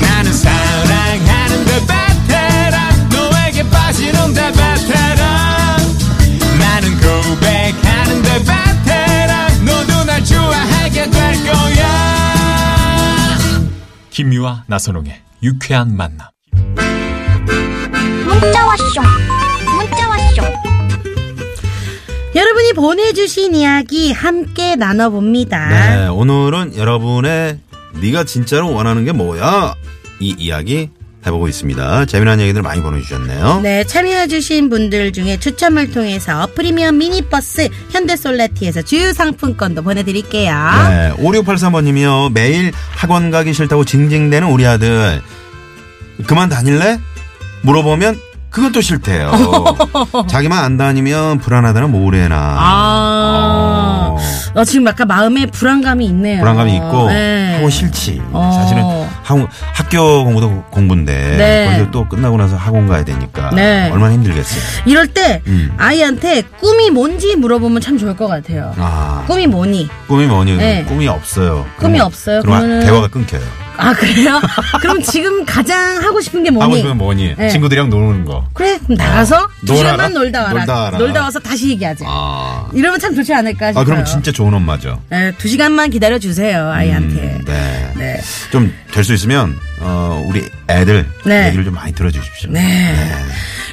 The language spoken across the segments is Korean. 나는 사랑하는데 그 베테랑 너에게 빠지는데 베테랑 나는 고백하는데 그 베테랑 너도 날 좋아하게 될 거야 김미화 나선홍의 유쾌한 만남. 문자 왔쇼 문자 왔쇼 여러분이 보내주신 이야기 함께 나눠봅니다. 네, 오늘은 여러분의 네가 진짜로 원하는 게 뭐야? 이 이야기 해보고 있습니다. 재미난 얘기들 많이 보내주셨네요. 네, 참여해주신 분들 중에 추첨을 통해서 프리미엄 미니버스 현대솔라티에서 주유상품권도 보내드릴게요. 네, 5683번님이요. 매일 학원 가기 싫다고 징징대는 우리 아들. 그만 다닐래? 물어보면 그건 또 싫대요. 자기만 안 다니면 불안하다는 모래나. 아, 어, 나 지금 약간 마음에 불안감이 있네요. 불안감이 있고 네. 학원 싫지. 어. 사실은 학원, 학교 공부도 공부인데 네. 거기서 또 끝나고 나서 학원 가야 되니까 네. 얼마나 힘들겠어요. 이럴 때 음. 아이한테 꿈이 뭔지 물어보면 참 좋을 것 같아요. 아, 꿈이 뭐니? 꿈이 뭐니? 네. 꿈이 없어요. 꿈이 없어요? 그럼 그러면은- 대화가 끊겨요. 아, 그래요? 그럼 지금 가장 하고 싶은 게 뭐니? 하고 싶으면 뭐니? 네. 친구들이랑 노는 거. 그래, 그럼 나가서 두 놀아라? 시간만 놀다 와라. 놀다 와라. 서 다시 얘기하자. 아, 이러면 참 좋지 않을까 싶어요. 아 그럼 진짜 좋은 엄마죠. 네, 두 시간만 기다려 주세요 아이한테. 음, 네. 네. 좀 될 수 있으면 어, 우리 애들 네. 얘기를 좀 많이 들어주십시오. 네.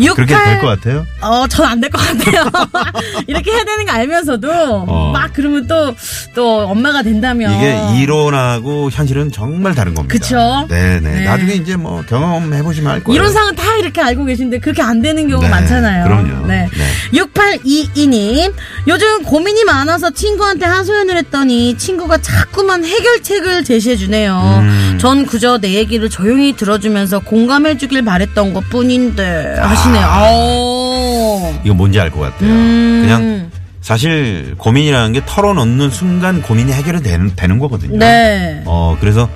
육 그렇게 될 것 같아요. 어, 전 안 될 것 같아요. 이렇게 해야 되는 거 알면서도 어. 막 그러면 또 또 엄마가 된다면 이게 이론하고 현실은 정말 다른 겁니다. 그쵸? 네네. 네. 나중에 이제 뭐 경험해 보시면 알 거예요. 상은다 이렇게 알고 계신데 그렇게 안 되는 경우 가 네, 많잖아요. 그럼요. 네. 네. 6822님, 요즘 고민이 많아서 친구한테 하소연을 했더니 친구가 자꾸만 해결책을 제시해주네요. 음. 전 그저 내 얘기를 조용히 들어주면서 공감해주길 바랬던 것 뿐인데 하시네요. 아. 아오. 이거 뭔지 알 것 같아요. 음. 그냥 사실 고민이라는 게 털어놓는 순간 고민이 해결이 되는, 되는 거거든요. 네. 어 그래서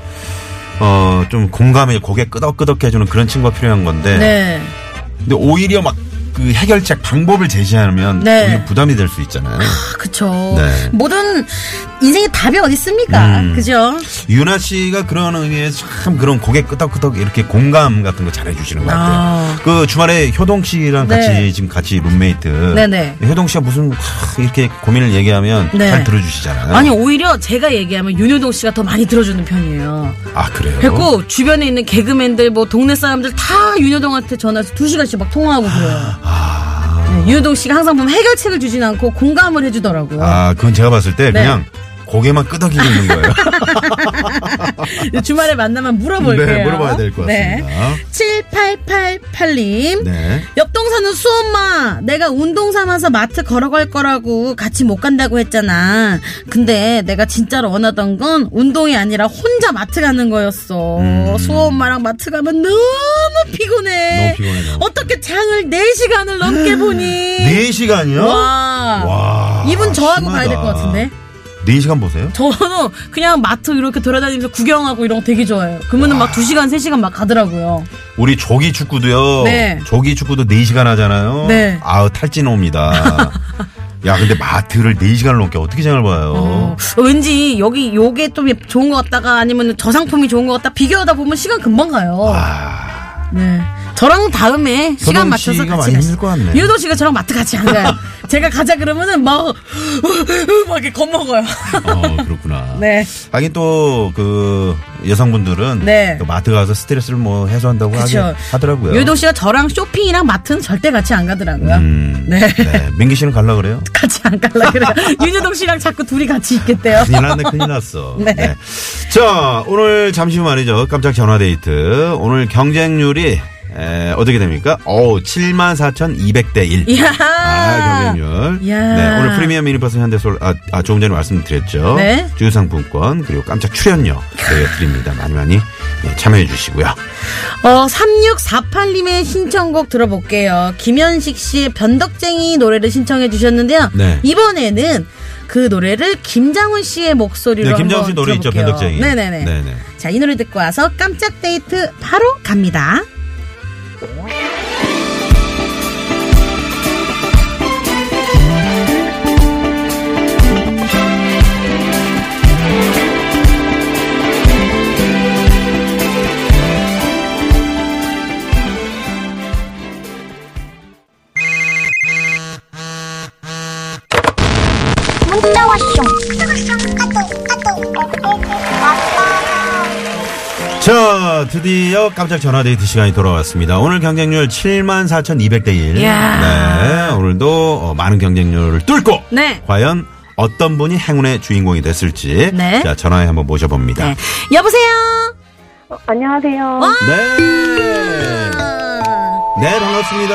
어 좀 공감해 고개 끄덕끄덕 해주는 그런 친구가 필요한 건데. 네. 근데 오히려 막 그 해결책 방법을 제시하면 네. 오히려 부담이 될 수 있잖아요. 아, 그쵸. 네. 모든 인생에 답이 어디 있습니까? 음. 그죠? 유나 씨가 그런 의미에서 참 그런 고개 끄덕끄덕 이렇게 공감 같은 거 잘해주시는 것 같아요. 아. 그 주말에 효동 씨랑 네. 같이 지금 같이 룸메이트. 네네. 효동 씨가 무슨 하, 이렇게 고민을 얘기하면 네. 잘 들어주시잖아요. 아니 오히려 제가 얘기하면 윤효동 씨가 더 많이 들어주는 편이에요. 아 그래요. 그리고 주변에 있는 개그맨들 뭐 동네 사람들 다 윤여동한테 전화해서 두 시간씩 막 통화하고 그래요. 아. 네, 윤여동 씨가 항상 보면 해결책을 주진 않고 공감을 해주더라고요. 아 그건 제가 봤을 때 네. 그냥 고개만 끄덕이고 있는 거예요. 주말에 만나면 물어볼게요. 네, 물어봐야 될 것 같습니다. 7888님. 네. 옆 동사는 수엄마 내가 운동 삼아서 마트 걸어갈 거라고 같이 못 간다고 했잖아 근데 내가 진짜로 원하던 건 운동이 아니라 혼자 마트 가는 거였어 수엄마랑 마트 가면 너무 피곤해 음. 너무 피곤해, 너무 어떻게 장을 4시간을 넘게 보니 네 시간이요? 와. 와, 이분 저하고 가야 될 것 심하다. 같은데 네 시간 보세요. 저는 그냥 마트 이렇게 돌아다니면서 구경하고 이런 거 되게 좋아해요 그러면은 막 2시간 3시간 막 가더라고요 우리 조기 축구도요. 네. 조기 축구도 네 시간 하잖아요. 네. 아우 탈진 옵니다. 야 근데 마트를 네 시간을 넘게 어떻게 장을 봐요? 어, 왠지 여기 요게 좀 좋은 것 같다가 아니면 저 상품이 좋은 것 같다 비교하다 보면 시간 금방 가요. 아, 네. 저랑 다음에 시간 효동 맞춰서 씨가 같이 많이 힘들 것 같네. 유도 씨가 저랑 마트 같이 안 가요. 제가 가자 그러면은 막, 막 이렇게 겁먹어요. 어, 그렇구나. 네. 하긴 또 그 여성분들은 네. 또 마트 가서 스트레스를 뭐 해소한다고 그쵸. 하긴 하더라고요. 유도 씨가 저랑 쇼핑이랑 마트는 절대 같이 안 가더라고요. 음, 네. 네. 민기 씨는 갈라 그래요? 같이 안 갈라 그래요. 윤여동 씨랑 자꾸 둘이 같이 있겠대요. 큰일 났네, 큰일 났어. 네. 자, 오늘 잠시 후 말이죠. 깜짝 전화 데이트. 오늘 경쟁률이 에, 어떻게 됩니까? 어 74,200대 1. 이야. 아, 경쟁률. 이야. 네, 오늘 프리미엄 미니버스 현대솔, 아, 아, 조금 전에 말씀드렸죠. 네. 주유상품권, 그리고 깜짝 출연료 저희가 드립니다. 많이 많이 네, 참여해 주시고요. 어, 3648님의 신청곡 들어볼게요. 김현식 씨의 변덕쟁이 노래를 신청해 주셨는데요. 네. 이번에는 그 노래를 김장훈 씨의 목소리로 네, 김장훈 씨 한번 노래 있죠, 들어볼게요. 변덕쟁이. 네네네. 네네. 자, 이 노래 듣고 와서 깜짝 데이트 바로 갑니다. 문자 왔쇼. 까똑 까똑. 자, 드디어 깜짝 전화 데이트 시간이 돌아왔습니다. 오늘 경쟁률 74,200대 1. 이야. 네, 오늘도 어, 많은 경쟁률을 뚫고 네. 과연 어떤 분이 행운의 주인공이 됐을지 네. 자, 전화에 한번 모셔봅니다. 네. 여보세요? 안녕하세요. 네. 네, 반갑습니다.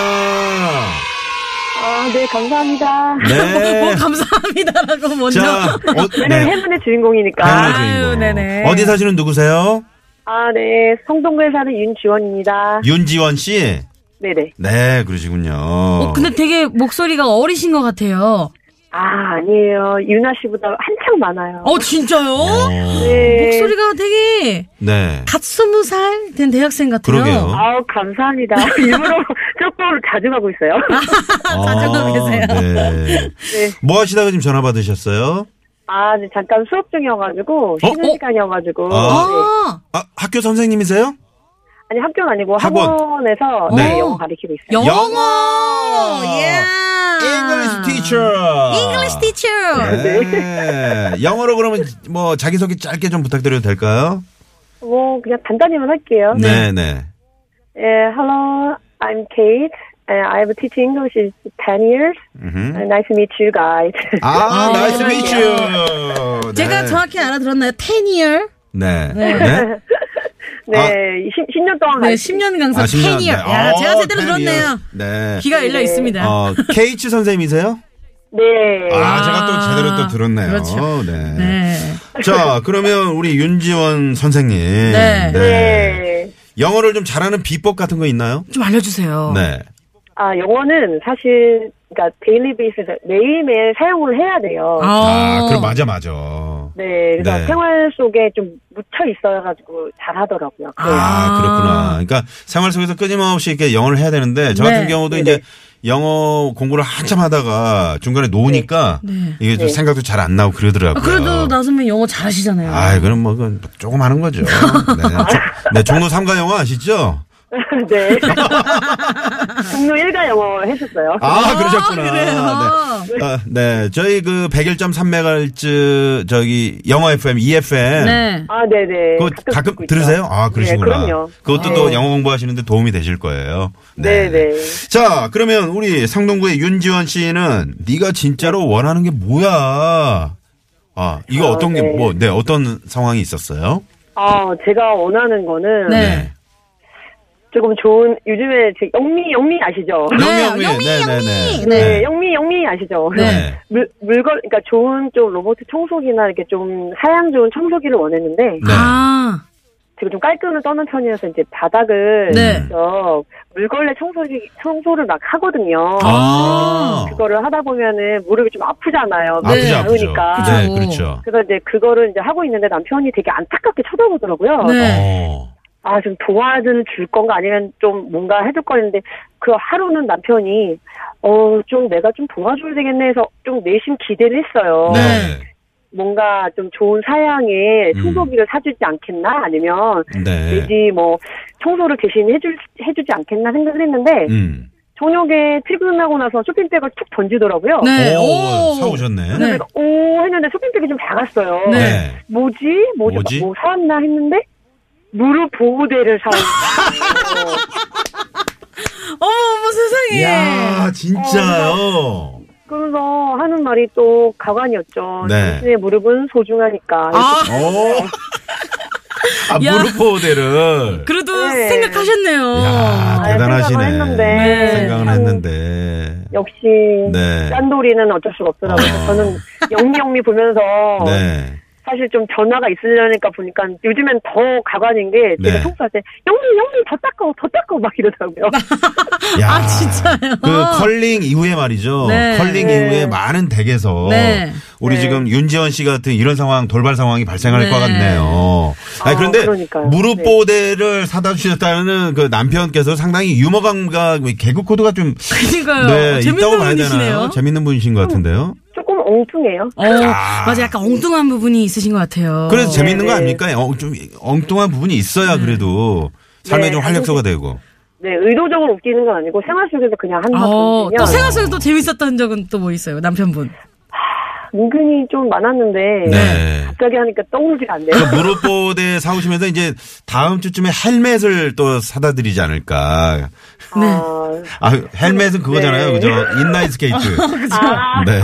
아, 네, 감사합니다. 뭐 네. 감사합니다라고 먼저. 자, 뭐, 어, 네. 네. 행운의 주인공이니까. 행운의 주인공. 네네. 어디 사시는 누구세요? 아, 네. 성동구에 사는 윤지원입니다. 윤지원 씨. 네네. 네, 그러시군요. 어, 근데 되게 목소리가 어리신 것 같아요. 아, 아니에요. 윤아 씨보다 한창 많아요. 어, 진짜요? 어, 네. 목소리가 되게 네. 갓 스무 살 된 대학생 같아요. 그러게요. 아우, 감사합니다. 일부러 쪽보를 자주 가고 있어요. 자전거 계세요. 아, 네. 네. 뭐 하시다가 지금 전화 받으셨어요? 아, 네, 잠깐 수업 중이어가지고, 쉬는 어? 시간이어가지고. 아. 네. 아, 아, 학교 선생님이세요? 아니, 학교는 아니고 학원. 학원에서 네. 네, 영어 가르치고 있어요. 영어! 영어! 예! English teacher. English teacher! 네. 영어로 그러면 뭐 자기소개 짧게 좀 부탁드려도 될까요? 뭐, 그냥 간단히만 할게요. 네, 네. 예, hello, I'm Kate. 예, And I've teach English is 10 years. 음흠. And nice to meet you guys. 아, 네. nice to meet you. 네. 제가 정확히 알아들었나요? 10 year? 네. 네. 네, 아. 10, 10년 동안 네, 가르치- 10년 강사 아, 10 10년. year. 네. 야, 어, 제가 제대로 10 들었네요. years. 네. 귀가 열려 있습니다. 어, KH 선생님이세요? 네. 아, 제가 또 제대로 또 들었네요. 그렇죠. 네. 네. 자, 그러면 우리 윤지원 선생님. 네. 네. 영어를 좀 잘하는 비법 같은 거 있나요? 좀 알려주세요. 네. 아, 영어는 사실, 그러니까 데일리 베이스에서 매일매일 사용을 해야 돼요. 어. 아, 그럼 맞아, 맞아. 네, 그래서 네. 생활 속에 좀 묻혀 있어가지고 잘 하더라고요. 아, 그렇구나. 그러니까 생활 속에서 끊임없이 이렇게 영어를 해야 되는데 저 네. 같은 경우도 이제 영어 공부를 한참 하다가 중간에 놓으니까 네. 이게 좀 네. 생각도 잘 안 나고 아, 그러더라고요. 그래도 나서면 영어 잘하시잖아요. 네. 아, 그럼 뭐 그건 조금 하는 거죠. 네. 조- 네, 종로 삼가 영어 아시죠? 네. 종로 1가 영어 했었어요. 아, 그러셨구나. 그래요? 네. 아, 네. 저희 그 101.3메가헤르츠 저기 영어 FM, EFM. 네. 아, 네네. 그거 가끔, 듣고 있어요. 들으세요? 아, 그러시구나. 네, 그럼요. 그것도 네. 또 영어 공부하시는데 도움이 되실 거예요. 네, 네. 자, 그러면 우리 상동구의 윤지원 씨는 네가 진짜로 원하는 게 뭐야? 아, 이거 아, 어떤 게 네. 뭐, 네, 어떤 상황이 있었어요? 아, 제가 원하는 거는 네. 조금 좋은, 요즘에 제 영미, 영미 아시죠? 네, 영미, 영미, 네, 네, 네. 영미. 네, 영미, 영미 아시죠? 네. 물, 물건, 그러니까 좋은 좀 로봇 청소기나 이렇게 좀 사양 좋은 청소기를 원했는데, 네. 아, 제가 좀 깔끔을 떠는 편이어서 이제 바닥을 네. 직접 물걸레 청소기, 청소를 막 하거든요. 아. 그거를 하다 보면은 무릎이 좀 아프잖아요. 네. 아프죠, 아프죠. 그러니까. 네, 그죠. 그렇죠. 그래서 이제 그거를 이제 하고 있는데 남편이 되게 안타깝게 쳐다보더라고요. 네. 어. 아, 좀 도와는 줄 건가 아니면 좀 뭔가 해줄 건데 그 하루는 남편이 어, 좀 내가 좀 도와줘야 되겠네 해서 좀 내심 기대를 했어요. 네. 뭔가 좀 좋은 사양의 청소기를 사주지 않겠나 아니면 네. 내지 뭐 청소를 대신 해줄 해주지 않겠나 생각을 했는데 음. 저녁에 퇴근하고 나서 쇼핑백을 툭 던지더라고요. 네. 오, 오. 어. 사오셨네. 네. 그래서 오 했는데 쇼핑백이 좀 작았어요. 네. 뭐지? 뭐지? 뭐지? 뭐 사왔나 했는데 무릎 보호대를 사왔어요. 어머, 어머, 세상에. 이야, 진짜요? 그러면서 하는 말이 또 가관이었죠. 네. 당신의 무릎은 소중하니까. 아, 오. 아, 야. 무릎 보호대를. 그래도 네. 생각하셨네요. 이야, 아, 대단하시네. 생각은 했는데. 네. 생각은 했는데. 역시 네. 짠돌이는 어쩔 수가 없더라고요. 어. 저는 영미 영미 보면서 네. 사실 좀 변화가 있으려니까 보니까 요즘엔 더 가관인 게 제가 네. 청소할 때 영민 영민 더 닦아 더 닦아 막 이러더라고요. 야, 아, 진짜요? 그 컬링 이후에 말이죠. 네. 컬링 네. 이후에 많은 댁에서 네. 우리 네. 지금 윤지원 씨 같은 이런 상황 돌발 상황이 발생할 네. 것 같네요. 아니, 아, 그런데 그러니까요. 무릎 네. 보호대를 사다 주셨다는 그 남편께서 상당히 유머 감각, 뭐 개그 코드가 좀 그니까요. 어, 네, 있다고 재밌는 봐야 분이시네요. 되나요? 재밌는 분이신 것 같은데요. 조금 엉뚱해요. 어, 맞아. 약간 엉뚱한 부분이 있으신 것 같아요. 그래서 재밌는 거 네. 아닙니까? 어, 좀 엉뚱한 부분이 음. 있어야 그래도 삶에 네, 좀 활력소가 되고. 네, 의도적으로 웃기는 건 아니고 생활 속에서 그냥 하는 어, 거거든요. 또 생활 속에 또 재밌었던 적은 또 뭐 있어요? 남편분. 은근히 좀 많았는데 네. 갑자기 하니까 떠오르지가 않네요. 그 무릎 보호대 사오시면서 이제 다음 주쯤에 헬멧을 또 사다 드리지 않을까. 아, 아, 헬멧은 그거잖아요. 네. 그죠? 인라인 스케이트. 아, 네.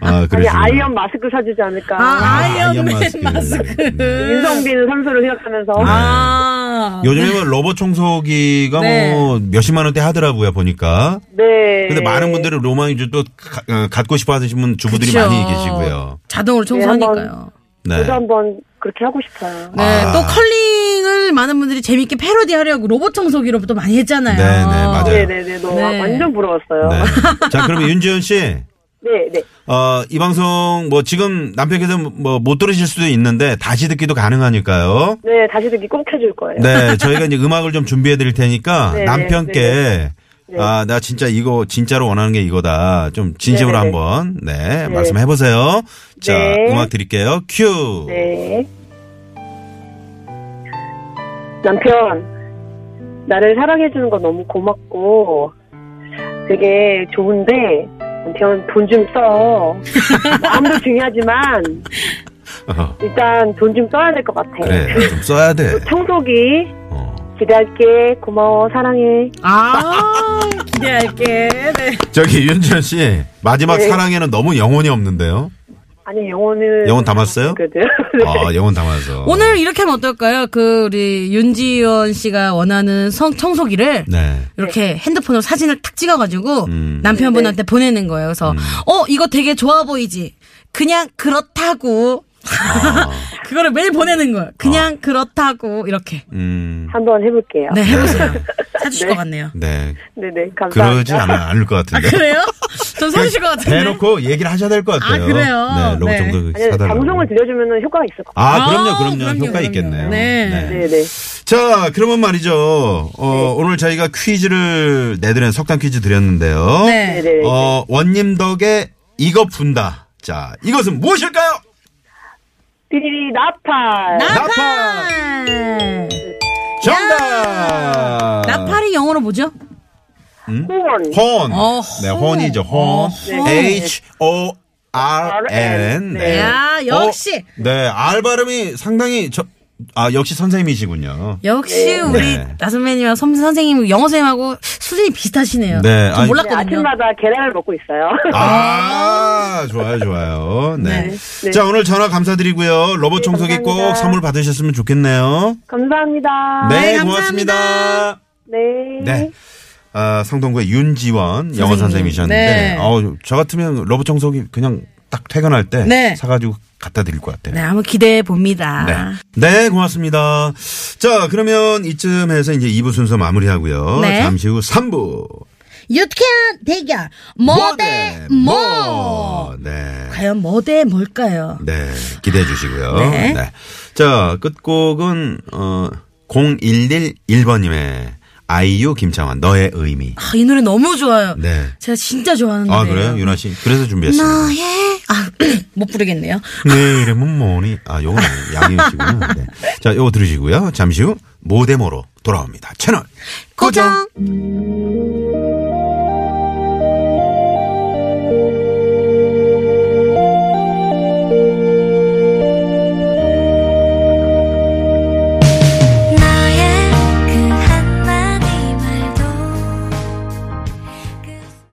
아, 아니 그러시구나. 아이언 마스크 사주지 않을까. 아, 아이언맨 마스크. 네. 윤성빈 선수를 생각하면서 아. 요즘에 뭐 로봇 청소기가 네. 뭐 몇십만 원대 하더라고요, 보니까. 네. 근데 많은 분들이 로망이 또 가- 어, 갖고 싶어 하시는 분 주부들이 그쵸. 많이 계시고요. 자동으로 네, 청소하니까요. 한번 네. 저도 한번 그렇게 하고 싶어요. 네, 아. 또 컬링을 많은 분들이 재밌게 패러디하려고 로봇 청소기로 또 많이 했잖아요. 네, 네, 맞아요. 네네네, 너무 네. 완전 부러웠어요. 네. 자, 그러면 윤지현 씨. 네, 네. 어, 이 방송 뭐 지금 남편께서 뭐 못 들으실 수도 있는데 다시 듣기도 가능하니까요. 네, 다시 듣기 꼭 해줄 거예요. 네, 저희가 이제 음악을 좀 준비해 드릴 테니까 네, 남편께 아, 나 진짜 이거 진짜로 원하는 게 이거다. 좀 진심으로 네, 네, 네. 한번 네, 말씀해 보세요. 자, 네. 음악 드릴게요. 큐. 네. 남편, 나를 사랑해주는 거 너무 고맙고, 되게 좋은데, 남편 돈 좀 써. 마음도 중요하지만, 어, 일단 돈 좀 써야 될 것 같아. 그래. 좀 써야 뭐 돼. 청소기, 어. 기대할게. 고마워, 사랑해. 아, 기대할게. 네. 저기 윤지현 씨, 마지막 네. 사랑에는 너무 영혼이 없는데요. 아니, 영혼은. 영혼 담았어요? 네. 그래도. 네. 아, 영혼 담아서. 오늘 이렇게 하면 어떨까요? 그, 우리 윤지원 씨가 원하는 성, 청소기를 네. 이렇게 핸드폰으로 사진을 탁 찍어가지고 음. 남편분한테 보내는 거예요. 그래서, 어, 이거 되게 좋아 보이지? 그냥 그렇다고. 아. 그거를 매일 보내는 거예요. 그냥 그렇다고. 이렇게. 음. 한번 해볼게요. 네, 해보세요. 사주실 것 같네요. 네. 네네, 감사합니다. 그러지 않, 않을 것 같은데. 아, 그래요? 좀 서주실 것 같은데. 대놓고 얘기를 하셔야 될 것 같아요. 아, 그래요? 네, 로봇 네. 정도 아니, 사달라고. 방송을 들려주면 효과가 있을 것 같아요. 아, 그럼요, 아, 그럼요. 그럼요, 효과 그럼요. 있겠네요. 네. 네네. 네. 자, 그러면 말이죠. 어, 오늘 저희가 퀴즈를 내드린 석탄 퀴즈 드렸는데요. 네. 네네. 어, 원님 덕에 이거 분다. 자, 이것은 무엇일까요? 띠리리 나팔. 나팔! 나팔! 정답! 나팔이 영어로 뭐죠? 후원. 혼. 어, 네, 혼. 혼이죠. 혼. 어, 혼. H O R N. 네. 야, 역시. 어, 네, 알 발음이 상당히 저, 아 역시 선생님이시군요. 역시 우리 네. 나선배님과 섬 선생님, 영어 선생님하고 수준이 비슷하시네요. 네, 전 아니- 네, 몰랐거든요. 아침마다 계란을 먹고 있어요. 아, 좋아요, 좋아요. 네. 네, 네. 자, 오늘 전화 감사드리고요. 로봇 청소기 꼭 감사합니다. 선물 받으셨으면 좋겠네요. 감사합니다. 네, 네, 감사합니다. 고맙습니다. 네. 네. 아, 성동구의 윤지원 영어 선생님이셨는데, 네. 어우, 저 같으면 로봇 청소기 그냥 딱 퇴근할 때 네. 사가지고 갖다 드릴 것 같아요. 네, 한번 기대해 봅니다. 네. 네, 고맙습니다. 자, 그러면 이쯤에서 이제 2부 순서 마무리하고요. 네. 잠시 후 3부. 유쾌한 대결, 뭐 대 뭐. 네. 과연 뭐 대 뭘까요? 네. 기대해 주시고요. 네. 네. 자, 끝곡은, 어, 0111번님의 아이유 김창완, 너의 의미. 아, 이 노래 너무 좋아요. 네. 제가 진짜 좋아하는 아, 노래예요. 그래요? 유나 씨. 그래서 준비했습니다. 너의, 아, 못 부르겠네요. 내 이름은 뭐니? 아, 요건 양희은 씨구나. 네. 자, 요거 들으시고요. 잠시 후 모데모로 돌아옵니다. 채널 고정.